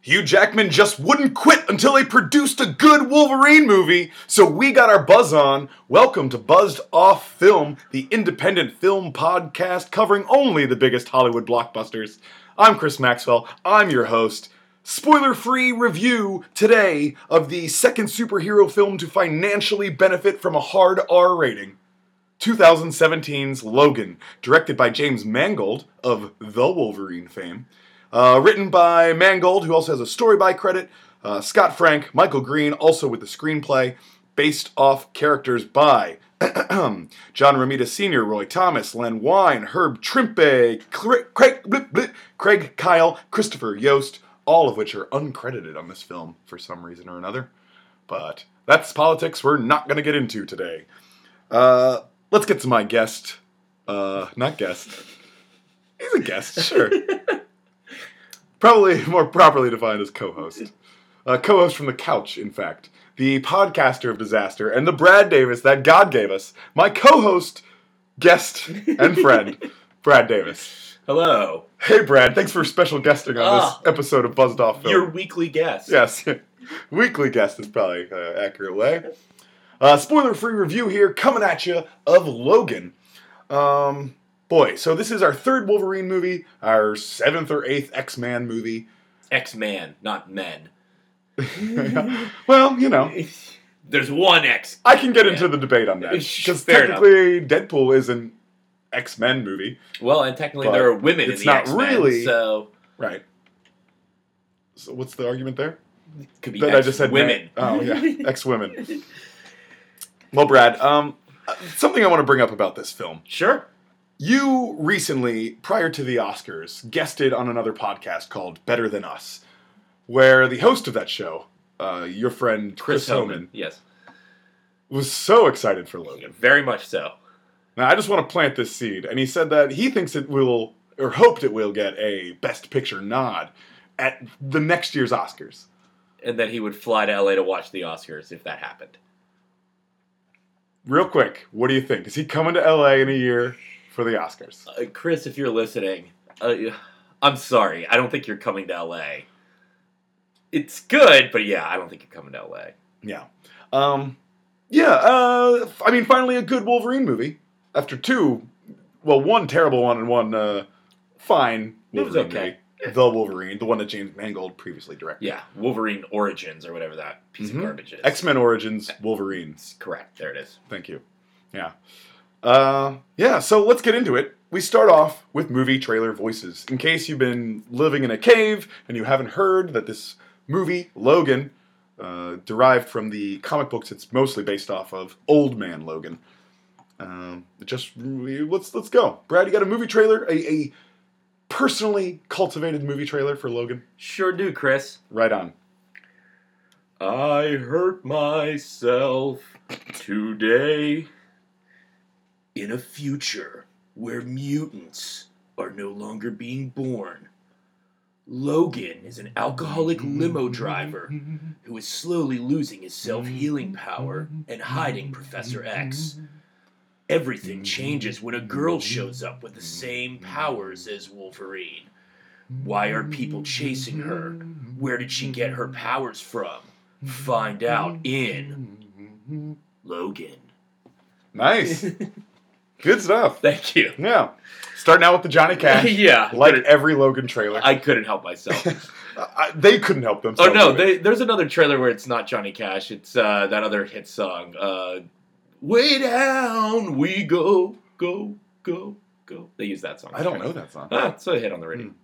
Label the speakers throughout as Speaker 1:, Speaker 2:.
Speaker 1: Hugh Jackman just wouldn't quit until they produced a good Wolverine movie, so we got our buzz on. Welcome to Buzzed Off Film, the independent film podcast covering only the biggest Hollywood blockbusters. I'm Chris Maxwell, I'm your host. Spoiler free review today of the second superhero film to financially benefit from a hard R rating. 2017's Logan, directed by James Mangold of The Wolverine fame, uh, written by Mangold, who also has a story by credit, uh, Scott Frank, Michael Green, also with the screenplay, based off characters by John Romita Sr., Roy Thomas, Len Wein, Herb Trimpe, Craig, Craig, blip, blip, Craig Kyle, Christopher Yost, all of which are uncredited on this film for some reason or another. But that's politics we're not going to get into today. Uh, let's get to my guest. Uh, not guest. He's a guest, sure. Probably more properly defined as co-host. Uh, co-host from the couch, in fact. The podcaster of disaster and the Brad Davis that God gave us. My co-host, guest, and friend, Brad Davis.
Speaker 2: Hello.
Speaker 1: Hey, Brad. Thanks for special guesting on
Speaker 2: Ah.
Speaker 1: this episode of Buzzed Off Film.
Speaker 2: Your weekly guest.
Speaker 1: Yes. Weekly guest is probably uh, accurate way. Uh, spoiler free review here coming at you of Logan. Um, boy, so this is our third Wolverine movie, our seventh or eighth X Man movie.
Speaker 2: X Man, not men.
Speaker 1: well, you know,
Speaker 2: There's one X.
Speaker 1: I can get into the debate on that. Because
Speaker 2: Fair enough.
Speaker 1: technically, Deadpool is an X Men movie.
Speaker 2: Well, and technically
Speaker 1: But
Speaker 2: there are women
Speaker 1: it's
Speaker 2: in the
Speaker 1: not
Speaker 2: X Men,
Speaker 1: really-
Speaker 2: so
Speaker 1: Right. So, what's the argument there?
Speaker 2: it could be
Speaker 1: that I just said man-
Speaker 2: women.
Speaker 1: Oh yeah, ex women. Well, Brad, um, something I want to bring up about this film.
Speaker 2: sure.
Speaker 1: You recently, prior to the Oscars, guested on another podcast called Better Than Us, where the host of that show, uh, your friend Chris, Homan,
Speaker 2: Yes.
Speaker 1: was so excited for Logan.
Speaker 2: Very much so.
Speaker 1: Now, I just want to plant this seed. And he said that he thinks it will, or hoped it will, get a Best Picture nod at the next year's Oscars.
Speaker 2: And then he would fly to LA to watch the Oscars if that happened.
Speaker 1: Real quick, what do you think? Is he coming to LA in a year for the Oscars?
Speaker 2: Uh, Chris, if you're listening, uh, I'm sorry. I don't think you're coming to LA. It's good, but yeah, I don't think you're coming to LA.
Speaker 1: Yeah. Um, yeah, uh, I mean, finally a good Wolverine movie. After two, well, one terrible one and one uh, fine
Speaker 2: It was
Speaker 1: Wolverine
Speaker 2: okay.
Speaker 1: movie. The Wolverine, the one that James Mangold previously directed.
Speaker 2: Yeah, Wolverine Origins or whatever that piece
Speaker 1: Mhm.
Speaker 2: of garbage is.
Speaker 1: X Men Origins Wolverine.
Speaker 2: Correct. There it is.
Speaker 1: Thank you. Yeah. Uh, yeah, so let's get into it. We start off with movie trailer voices. In case you've been living in a cave and you haven't heard that this movie, Logan, uh, derived from the comic books it's mostly based off of, Old Man Logan. Um, it just let's let's go, Brad. You got a movie trailer, a, a personally cultivated movie trailer for Logan.
Speaker 2: Sure do, Chris.
Speaker 1: Right on.
Speaker 2: I hurt myself today. In a future where mutants are no longer being born, Logan is an alcoholic limo driver who is slowly losing his self healing power and hiding Professor X. Everything changes when a girl shows up with the same powers as Wolverine. Why are people chasing her? Where did she get her powers from? Find out in Logan.
Speaker 1: Nice, good stuff.
Speaker 2: Thank you.
Speaker 1: Yeah, starting out with the Johnny Cash.
Speaker 2: yeah,
Speaker 1: like every Logan trailer.
Speaker 2: I couldn't help myself.
Speaker 1: I- they couldn't help
Speaker 2: oh
Speaker 1: themselves.
Speaker 2: no,
Speaker 1: with it.
Speaker 2: they, there's another trailer where it's not Johnny Cash. It's uh, that other hit song. Uh, Way down we go, go, go, go. They use that song.
Speaker 1: I don't know that song.
Speaker 2: Ah, it's a hit on the radio.
Speaker 1: Hmm.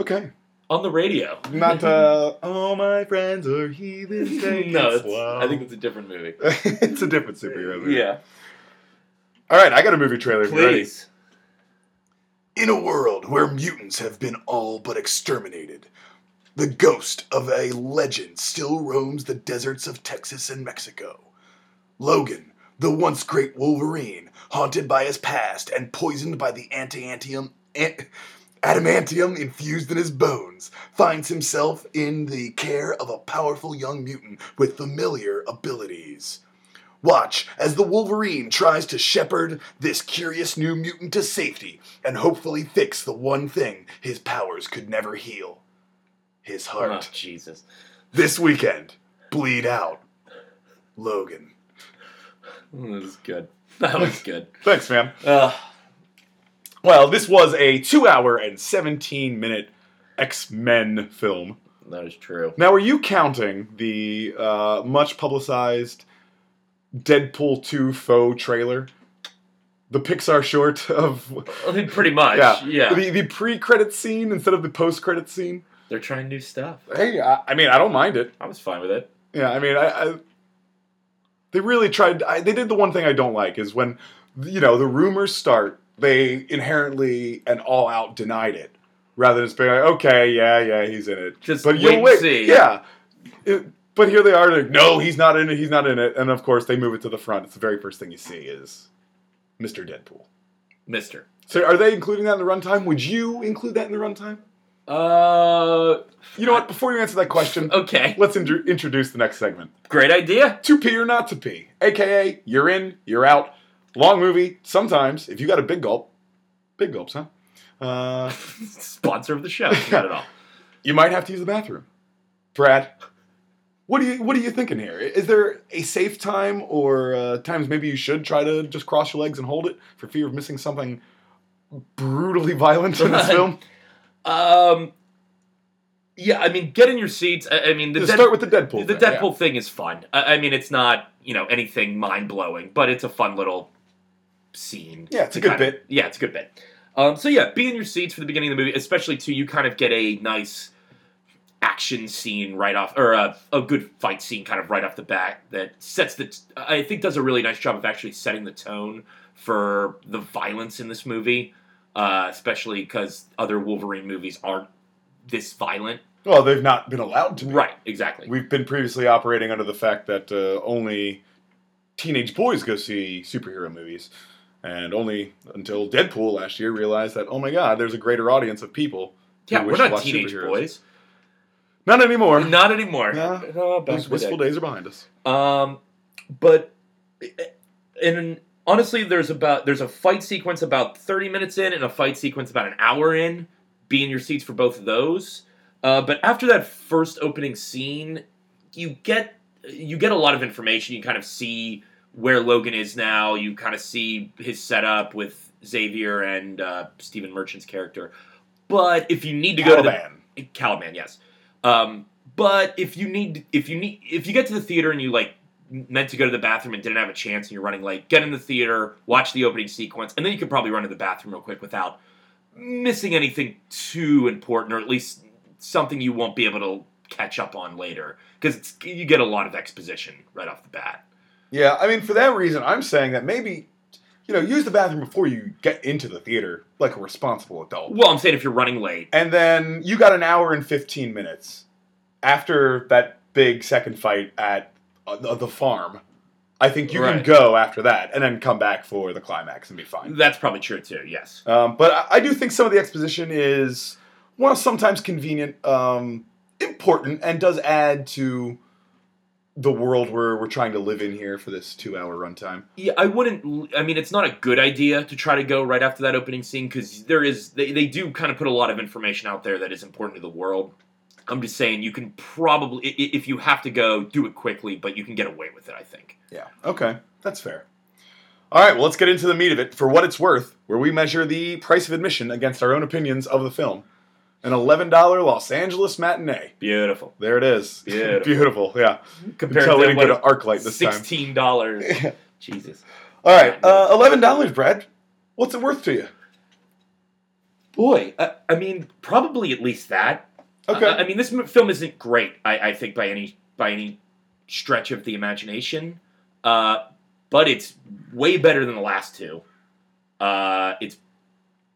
Speaker 1: Okay,
Speaker 2: On the radio.
Speaker 1: not uh, all my friends are heathens. they can
Speaker 2: no, it's,
Speaker 1: swallow.
Speaker 2: I think it's a different movie.
Speaker 1: it's a different superhero movie.
Speaker 2: Yeah,
Speaker 1: All right, I got a movie trailer. if you're ready.
Speaker 2: please.
Speaker 1: In a world where mutants have been all but exterminated, the ghost of a legend still roams the deserts of Texas and Mexico. Logan, the once great Wolverine, haunted by his past and poisoned by the antiantium, an- adamantium infused in his bones, finds himself in the care of a powerful young mutant with familiar abilities. Watch as the Wolverine tries to shepherd this curious new mutant to safety and hopefully fix the one thing his powers could never heal his heart.
Speaker 2: Oh, Jesus.
Speaker 1: This weekend, bleed out, Logan.
Speaker 2: Mm, This is good. That was good.
Speaker 1: Thanks, man.
Speaker 2: Uh,
Speaker 1: Well, this was a two-hour and seventeen-minute X-Men film.
Speaker 2: that is true.
Speaker 1: Now, are you counting the uh, much publicized Deadpool 2 faux trailer? The Pixar short of.
Speaker 2: I mean, pretty much.
Speaker 1: Yeah.
Speaker 2: Yeah.
Speaker 1: The, the pre credit scene instead of the post credit scene?
Speaker 2: They're trying new stuff.
Speaker 1: Hey, I, I mean, I don't mind it.
Speaker 2: I was fine with it.
Speaker 1: Yeah, I mean, I. I they really tried. I, they did the one thing I don't like is when, you know, the rumors start, they inherently and all out denied it. Rather than just being like, okay, yeah, yeah, he's in it.
Speaker 2: Just
Speaker 1: but
Speaker 2: wait
Speaker 1: you
Speaker 2: and
Speaker 1: wait,
Speaker 2: see.
Speaker 1: yeah. It- but here they are. Like, no, he's not in it. He's not in it. And of course, they move it to the front. It's the very first thing you see is Mr. Deadpool.
Speaker 2: Mister.
Speaker 1: So, are they including that in the runtime? Would you include that in the runtime?
Speaker 2: Uh,
Speaker 1: You know what? Before you answer that question,
Speaker 2: okay.
Speaker 1: let's intro introduce the next segment:
Speaker 2: Great idea.
Speaker 1: to pee or not to pee, aka you're in, you're out. Long movie. Sometimes, if you got a big gulp, big gulps, huh? Uh,
Speaker 2: Sponsor of the show. Not at all.
Speaker 1: you might have to use the bathroom. Brad, what do you what are you thinking here? Is there a safe time or uh, times maybe you should try to just cross your legs and hold it for fear of missing something brutally violent in this film?
Speaker 2: Um, yeah, I mean, get in your seats. I, I mean, the,
Speaker 1: Just
Speaker 2: Dead-
Speaker 1: start with the Deadpool.
Speaker 2: the
Speaker 1: thing, yeah.
Speaker 2: Deadpool thing is fun. I, I mean, it's not you know anything mind blowing, but it's a fun little scene.
Speaker 1: Yeah, it's a
Speaker 2: to
Speaker 1: good
Speaker 2: kind of-
Speaker 1: bit.
Speaker 2: yeah, it's a good bit. Um, so yeah, be in your seats for the beginning of the movie, especially too. You kind of get a nice action scene right off, or a, a good fight scene kind of right off the bat that sets the. T- I think does a really nice job of actually setting the tone for the violence in this movie, uh, especially because other Wolverine movies aren't this violent.
Speaker 1: Well, they've not been allowed to. Be.
Speaker 2: Right, exactly.
Speaker 1: We've been previously operating under the fact that uh, only teenage boys go see superhero movies, and only until Deadpool last year realized that oh my god, there's a greater audience of people. who
Speaker 2: yeah,
Speaker 1: wish
Speaker 2: we're
Speaker 1: to
Speaker 2: not
Speaker 1: watch
Speaker 2: teenage
Speaker 1: superheroes.
Speaker 2: boys.
Speaker 1: Not anymore.
Speaker 2: Not anymore.
Speaker 1: No.
Speaker 2: No,
Speaker 1: Those
Speaker 2: back in the day.
Speaker 1: wistful days are behind us.
Speaker 2: Um, but and honestly, there's about there's a fight sequence about 30 minutes in, and a fight sequence about an hour in. Be in your seats for both of those. Uh, but after that first opening scene, you get you get a lot of information. You kind of see where Logan is now. You kind of see his setup with Xavier and uh, Stephen Merchant's character. But if you need to go to the
Speaker 1: Caliban.
Speaker 2: Caliban, yes. Um, but if you need, if you need, if you get to the theater and you like meant to go to the bathroom and didn't have a chance, and you're running late, get in the theater, watch the opening sequence, and then you could probably run to the bathroom real quick without missing anything too important, or at least something you won't be able to catch up on later, because you get a lot of exposition right off the bat.
Speaker 1: Yeah, I mean, for that reason, I'm saying that maybe, you know, use the bathroom before you get into the theater like a responsible adult.
Speaker 2: Well, I'm saying if you're running late,
Speaker 1: And then you got an hour and 15 minutes after that big second fight at uh, the the farm. I think you can
Speaker 2: Right.
Speaker 1: go after that and then come back for the climax and be fine.
Speaker 2: that's probably true too. Yes.
Speaker 1: Um, but I, I do think some of the exposition is, while sometimes convenient, um, important, and does add to the world we're, we're trying to live in here for this two hour runtime.
Speaker 2: Yeah, I wouldn't. I mean, it's not a good idea to try to go right after that opening scene because there is they, they do kind of put a lot of information out there that is important to the world. I'm just saying you can probably i- i- if you have to go, do it quickly, but you can get away with it. I think.
Speaker 1: Yeah. Okay. That's fair. All right. Well, let's get into the meat of it. For what it's worth, where we measure the price of admission against our own opinions of the film, an eleven dollar Los Angeles matinee.
Speaker 2: Beautiful.
Speaker 1: There it is.
Speaker 2: Beautiful.
Speaker 1: Beautiful. Yeah.
Speaker 2: Compared
Speaker 1: Until we
Speaker 2: to
Speaker 1: didn't go to
Speaker 2: like
Speaker 1: ArcLight this time.
Speaker 2: sixteen dollars. Jesus.
Speaker 1: All right. Uh, eleven dollars, Brad. What's it worth to you?
Speaker 2: Boy, I, I mean, probably at least that.
Speaker 1: Okay.
Speaker 2: Uh, I, I mean, this m- film isn't great. I, I think by any by any stretch of the imagination, uh, but it's way better than the last two. Uh, it's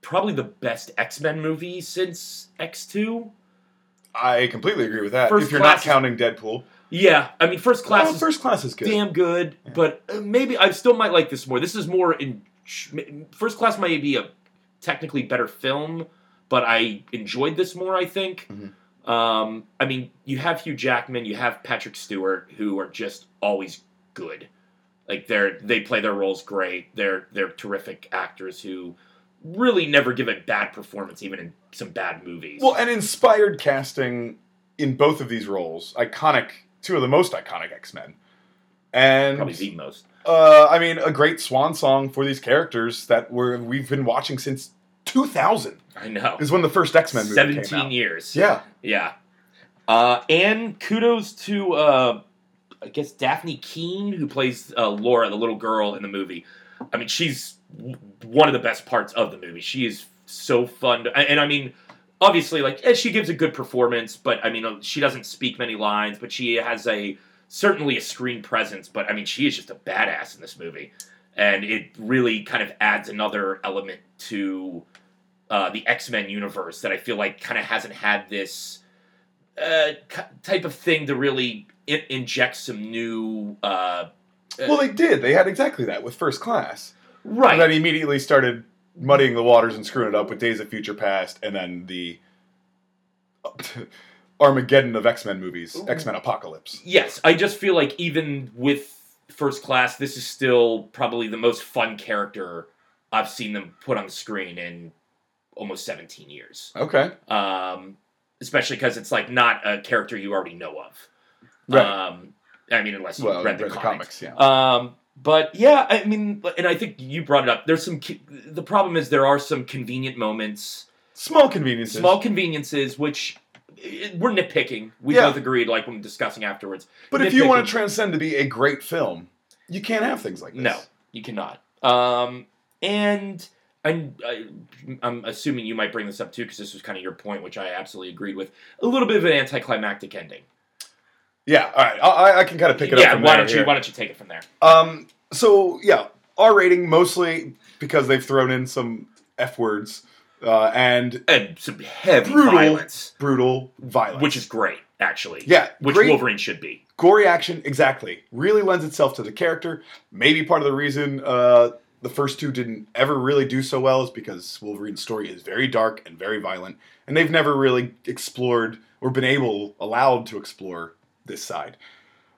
Speaker 2: probably the best X Men movie since X two.
Speaker 1: I completely agree with that.
Speaker 2: First
Speaker 1: if you're
Speaker 2: class-
Speaker 1: not counting Deadpool,
Speaker 2: Yeah, I mean, first class
Speaker 1: Well,
Speaker 2: is
Speaker 1: first class is good.
Speaker 2: damn good,
Speaker 1: Yeah.
Speaker 2: but uh, maybe I still might like this more. This is more in first class might be a technically better film, but I enjoyed this more. I think.
Speaker 1: Mhm.
Speaker 2: Um, I mean, you have Hugh Jackman, you have Patrick Stewart, who are just always good. Like they're they play their roles great. They're they're terrific actors who really never give a bad performance, even in some bad movies.
Speaker 1: Well, and inspired casting in both of these roles. Iconic, two of the most iconic X Men. And
Speaker 2: Probably the most.
Speaker 1: uh, I mean, a great swan song for these characters that we're, we've been watching since 2000
Speaker 2: I know.
Speaker 1: is when the first X Men movie came out.
Speaker 2: Seventeen years.
Speaker 1: Yeah,
Speaker 2: Yeah. Uh, and kudos to, uh, I guess, Daphne Keene, who plays uh, Laura, the little girl in the movie. I mean, she's w- one of the best parts of the movie. She is so fun. To, and, and I mean, obviously, like, eh, she gives a good performance, but I mean, uh, she doesn't speak many lines, but she has a certainly a screen presence. But I mean, she is just a badass in this movie. And it really kind of adds another element to uh, the X Men universe that I feel like kind of hasn't had this uh, ki- type of thing to really in- inject some new. Uh,
Speaker 1: well, they did. They had exactly that with First Class,
Speaker 2: right.
Speaker 1: and then immediately started muddying the waters and screwing it up with Days of Future Past, and then the Armageddon of X Men movies,
Speaker 2: Ooh.
Speaker 1: X Men Apocalypse.
Speaker 2: yes, I just feel like even with First Class, this is still probably the most fun character I've seen them put on the screen in almost 17 years.
Speaker 1: Okay,
Speaker 2: Um, especially because it's like not a character you already know of.
Speaker 1: right.
Speaker 2: Um, I mean, unless you
Speaker 1: well,
Speaker 2: read the comics.
Speaker 1: comics, yeah.
Speaker 2: Um, but yeah, I mean, and I think you brought it up. There's some. co- The problem is there are some convenient moments,
Speaker 1: small conveniences.
Speaker 2: small conveniences, which eh, we're nitpicking. We
Speaker 1: Yeah.
Speaker 2: both agreed, like when discussing afterwards.
Speaker 1: but if you
Speaker 2: nitpicking.
Speaker 1: want to transcend to be a great film, you can't have things like this.
Speaker 2: No, you cannot. Um, and I'm, I, I'm assuming you might bring this up too, because this was kind of your point, which I absolutely agreed with. A little bit of an anticlimactic ending.
Speaker 1: Yeah. All right. I- I, I can kind of pick it
Speaker 2: yeah,
Speaker 1: up. From
Speaker 2: why
Speaker 1: there
Speaker 2: don't
Speaker 1: here.
Speaker 2: you? Why don't you take it from there?
Speaker 1: Um, so yeah, R rating mostly because they've thrown in some f words uh, and
Speaker 2: And some heavy
Speaker 1: Brutal.
Speaker 2: violence,
Speaker 1: brutal violence,
Speaker 2: which is great, actually.
Speaker 1: yeah,
Speaker 2: Which
Speaker 1: great
Speaker 2: Wolverine should be.
Speaker 1: gory action. Exactly, really lends itself to the character. Maybe part of the reason uh, the first two didn't ever really do so well is because Wolverine's story is very dark and very violent, and they've never really explored or been able allowed to explore this side.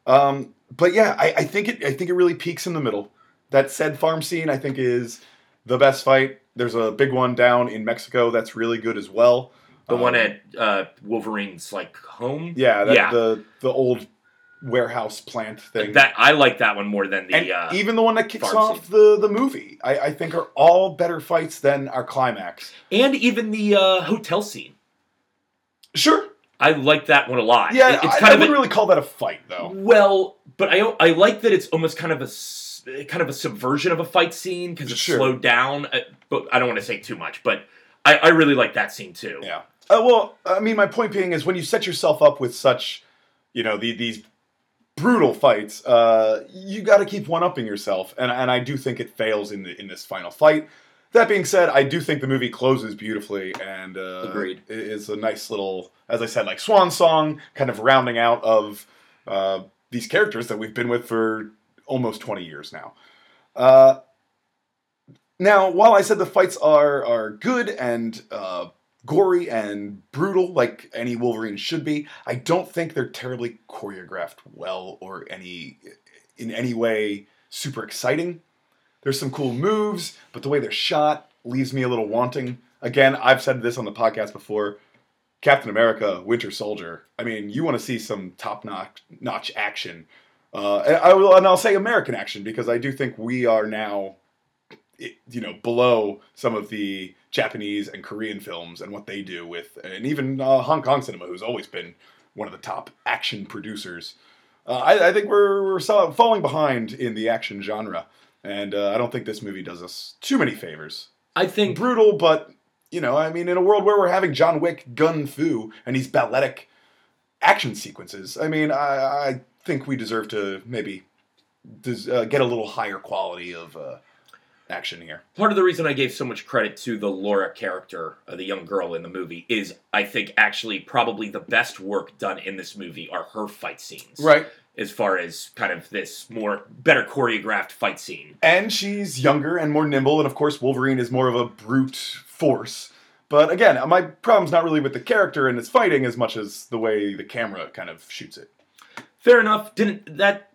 Speaker 1: Um, but yeah, I, I think it. I think it really peaks in the middle. That said, farm scene I think is the best fight. There's a big one down in Mexico that's really good as well.
Speaker 2: The one
Speaker 1: Um,
Speaker 2: at uh, Wolverine's like home.
Speaker 1: yeah, that,
Speaker 2: yeah.
Speaker 1: the the old warehouse plant thing.
Speaker 2: That I like that one more than the.
Speaker 1: and e-,
Speaker 2: uh,
Speaker 1: even the one that kicks
Speaker 2: farm
Speaker 1: off the, the movie, I, I think are all better fights than our climax.
Speaker 2: and even the uh, hotel scene.
Speaker 1: Sure.
Speaker 2: I like that one a lot.
Speaker 1: Yeah,
Speaker 2: It- it's
Speaker 1: I,
Speaker 2: kind
Speaker 1: I
Speaker 2: of a-
Speaker 1: wouldn't really call that a fight though.
Speaker 2: well, but I I like that it's almost kind of a s- kind of a subversion of a fight scene because it's
Speaker 1: Sure.
Speaker 2: slowed down. uh, But I don't want to say too much. But I, I really like that scene too.
Speaker 1: Yeah. Uh, well, I mean, my point being is when you set yourself up with such, you know, the, these brutal fights, uh, you got to keep one upping yourself, and and I do think it fails in the in this final fight. That being said, I do think the movie closes beautifully, and uh,
Speaker 2: Agreed.
Speaker 1: i- is a nice little, as I said, like swan song, kind of rounding out of uh, these characters that we've been with for almost twenty years now. Uh, now, while I said the fights are are good and uh, gory and brutal, like any Wolverine should be, I don't think they're terribly choreographed well or any in any way super exciting. There's some cool moves, but the way they're shot leaves me a little wanting. Again, I've said this on the podcast before. Captain America, Winter Soldier. I mean, you want to see some top notch notch action. Uh, and I will, and I'll say American action because I do think we are now, it- you know, below some of the Japanese and Korean films and what they do with, and even uh, Hong Kong cinema, who's always been one of the top action producers. Uh, I, I think we're, we're so- falling behind in the action genre, and uh, I don't think this movie does us too many favors
Speaker 2: I think
Speaker 1: brutal, but you know, I mean, in a world where we're having John Wick gun fu and these balletic action sequences, I mean, I, I think we deserve to maybe des- uh, get a little higher quality of uh, action here.
Speaker 2: part of the reason I gave so much credit to the Laura character, uh, the young girl in the movie, is I think actually probably the best work done in this movie are her fight scenes.
Speaker 1: Right.
Speaker 2: As far as kind of this more better choreographed fight scene.
Speaker 1: And she's younger and more nimble, and of course, Wolverine is more of a brute force. But again, uh, my problem's not really with the character and its fighting as much as the way the camera kind of shoots it.
Speaker 2: Fair enough. Didn't that?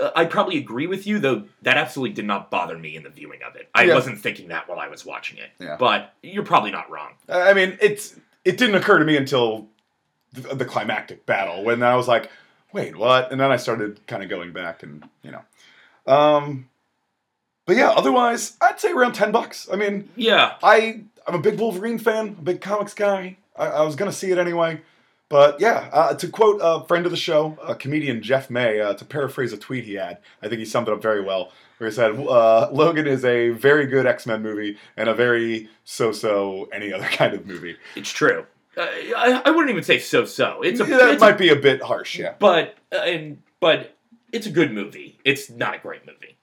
Speaker 2: Uh, I probably agree with you, though. That absolutely did not bother me in the viewing of it. I
Speaker 1: Yeah.
Speaker 2: wasn't thinking that while I was watching it.
Speaker 1: Yeah.
Speaker 2: But you're probably not wrong.
Speaker 1: I mean, it's it didn't occur to me until the, the climactic battle when I was like, wait, what? And then I started kind of going back and you know, um, but yeah. Otherwise, I'd say around ten bucks. I mean,
Speaker 2: Yeah.
Speaker 1: I I'm a big Wolverine fan, a big comics guy. I, I was gonna see it anyway, but yeah. Uh, to quote a friend of the show, uh, comedian Jeff May, uh, to paraphrase a tweet he had, I think he summed it up very well. Where he said, uh, "Logan is a very good X Men movie and a very so-so any other kind of movie."
Speaker 2: It's true. I, I- I wouldn't even say so so. It's a,
Speaker 1: Yeah, that
Speaker 2: it's a-
Speaker 1: might be a bit harsh, yeah.
Speaker 2: but uh, and but it's a good movie. It's not a great movie.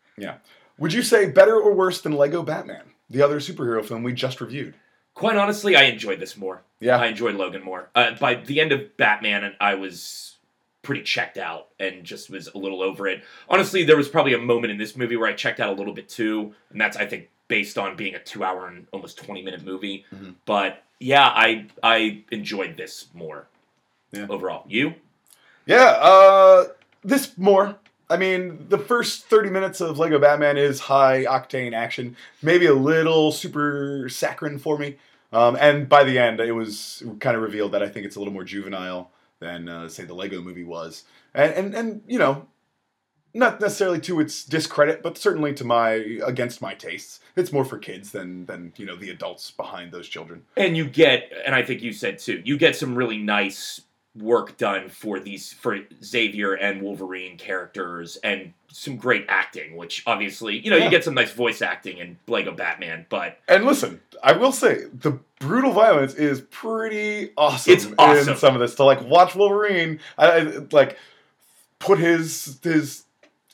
Speaker 1: Would you say better or worse than Lego Batman, the other superhero film we just reviewed?
Speaker 2: Quite honestly, I enjoyed this more.
Speaker 1: Yeah,
Speaker 2: I enjoyed Logan more. Uh, by the end of Batman, I was pretty checked out and just was a little over it. Honestly, there was probably a moment in this movie where I checked out a little bit too, and that's I think based on being a two-hour and almost twenty-minute movie.
Speaker 1: Mhm.
Speaker 2: But yeah, I I enjoyed this more
Speaker 1: Yeah.
Speaker 2: overall. You?
Speaker 1: yeah. Uh, this more. I mean, the first thirty minutes of Lego Batman is high octane action, maybe a little super saccharine for me. Um, and by the end, it was kind of revealed that I think it's a little more juvenile than, uh, say, the Lego movie was. And, and, and, you know, not necessarily to its discredit, but certainly to my, against my tastes. It's more for kids than, than you know, the adults behind those children.
Speaker 2: and you get and i think you said too you get some really nice work done for these for xavier and wolverine characters and some great acting which obviously you know
Speaker 1: Yeah.
Speaker 2: you get some nice voice acting in lego batman but
Speaker 1: And listen, I will say the brutal violence is pretty awesome.
Speaker 2: It's awesome.
Speaker 1: in some of this to like watch Wolverine, I, I, like put his his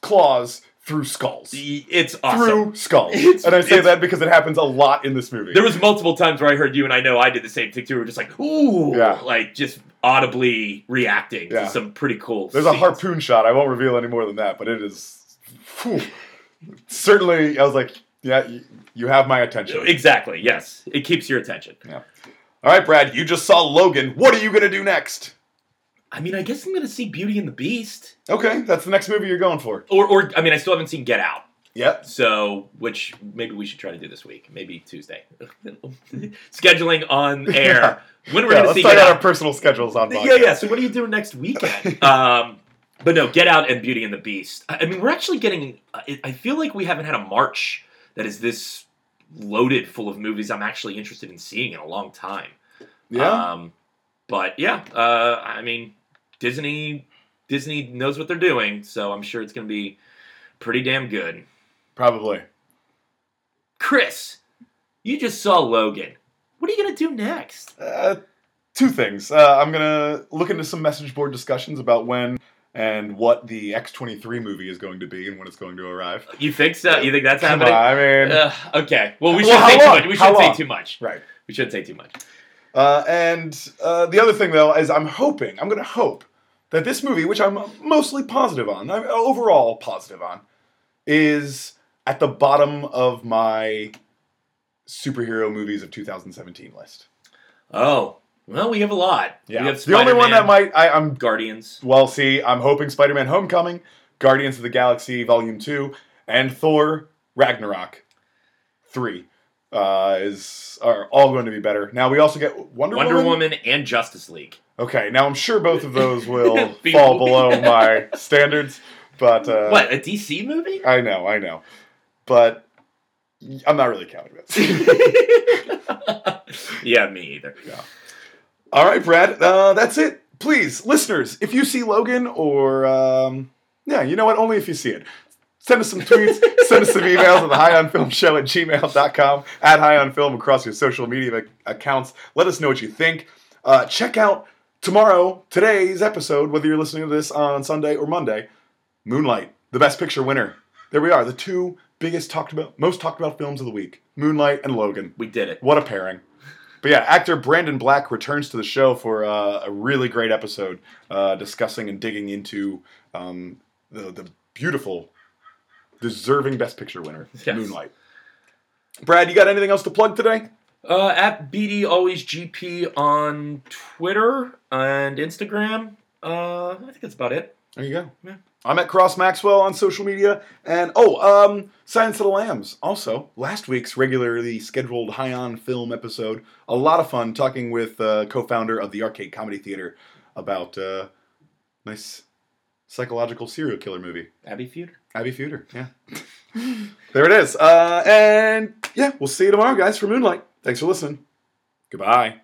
Speaker 1: claws through skulls,
Speaker 2: it's awesome
Speaker 1: through skulls,
Speaker 2: It's-
Speaker 1: and I say
Speaker 2: it's-
Speaker 1: that because it happens a lot in this movie.
Speaker 2: there was multiple times where i heard you and i know i did the same thing too we are just like ooh
Speaker 1: Yeah.
Speaker 2: like just audibly reacting
Speaker 1: Yeah.
Speaker 2: to some pretty cool
Speaker 1: There's a
Speaker 2: scenes.
Speaker 1: harpoon shot. I won't reveal any more than that, but it is phew. certainly. I was like, yeah, you, you have my attention.
Speaker 2: exactly yes it keeps your attention
Speaker 1: All right, Brad, you just saw Logan. What are you gonna do next?
Speaker 2: i mean i guess i'm gonna see beauty and the beast
Speaker 1: Okay, that's the next movie you're going for.
Speaker 2: or or i mean i still haven't seen get out
Speaker 1: Yep.
Speaker 2: So, which maybe we should try to do this week, maybe Tuesday. Scheduling on air. When we're
Speaker 1: Yeah,
Speaker 2: going to
Speaker 1: let's
Speaker 2: see
Speaker 1: talk
Speaker 2: Get
Speaker 1: about our
Speaker 2: Out.
Speaker 1: personal schedules on
Speaker 2: Yeah,
Speaker 1: podcast.
Speaker 2: yeah. So, what are you doing next weekend? um, but no, Get Out and Beauty and the Beast. I, I mean, we're actually getting, I, I feel like we haven't had a March that is this loaded full of movies I'm actually interested in seeing in a long time.
Speaker 1: Uh,
Speaker 2: Um, but yeah, uh, I mean, Disney. Disney knows what they're doing, so I'm sure it's going to be pretty damn good.
Speaker 1: probably.
Speaker 2: Chris, you just saw Logan. What are you gonna do next?
Speaker 1: Uh, two things. Uh, I'm gonna look into some message board discussions about when and what the X23 movie is going to be and when it's going to arrive.
Speaker 2: You think so? You think that's
Speaker 1: Come on,
Speaker 2: happening?
Speaker 1: I mean,
Speaker 2: Ugh, okay. Well, we
Speaker 1: Well,
Speaker 2: shouldn't
Speaker 1: how
Speaker 2: say too
Speaker 1: long?
Speaker 2: much. We
Speaker 1: How
Speaker 2: shouldn't say
Speaker 1: long?
Speaker 2: too much.
Speaker 1: right.
Speaker 2: We shouldn't say too much.
Speaker 1: Uh, and uh, the other thing, though, is I'm hoping, I'm going to hope that this movie, which I'm mostly positive on, I'm overall positive on, is at the bottom of my superhero movies of 2017 list.
Speaker 2: Oh, well, we have a lot.
Speaker 1: Yeah.
Speaker 2: We have
Speaker 1: the only one that
Speaker 2: Spider-Man,
Speaker 1: might, I, I'm
Speaker 2: Guardians.
Speaker 1: Well, see, I'm hoping Spider Man Homecoming, Guardians of the Galaxy Volume 2, and Thor Ragnarok 3 uh, is are all going to be better. Now, we also get Wonder,
Speaker 2: Wonder
Speaker 1: Woman.
Speaker 2: Woman and Justice League.
Speaker 1: Okay, now I'm sure both of those will
Speaker 2: Be-
Speaker 1: fall below my standards, but. Uh,
Speaker 2: what a DC movie?
Speaker 1: I know, I know. But I'm not really counting this.
Speaker 2: yeah, me either.
Speaker 1: All right, Brad. Uh, that's it. Please, listeners, if you see Logan or um, yeah, you know what? Only if you see it. Send us some tweets, send us some emails at the high on film show at gmail.com, at high on film across your social media ac- accounts. Let us know what you think. Uh, check out tomorrow, today's episode, whether you're listening to this on Sunday or Monday. Moonlight, the best picture winner. There we are, the two biggest talked about, most talked about films of the week Moonlight and Logan.
Speaker 2: We did it.
Speaker 1: What a pairing. But yeah, actor Brandon Black returns to the show for uh, a really great episode uh, discussing and digging into um, the, the beautiful, deserving Best Picture winner,
Speaker 2: Yes.
Speaker 1: Moonlight. Brad, you got anything else to plug today?
Speaker 2: Uh, at BD always GP on Twitter and Instagram. Uh, I think that's about it.
Speaker 1: There you go.
Speaker 2: Yeah.
Speaker 1: I'm at Cross Maxwell on social media. And oh, um, Science of the Lambs. Also, last week's regularly scheduled High on Film episode. A lot of fun talking with uh, co founder of the Arcade Comedy Theater, about uh, nice psychological serial killer movie.
Speaker 2: Abby Feuder.
Speaker 1: Abby Feuder, yeah. there it is. Uh, and yeah, we'll see you tomorrow, guys, for Moonlight. Thanks for listening. Goodbye.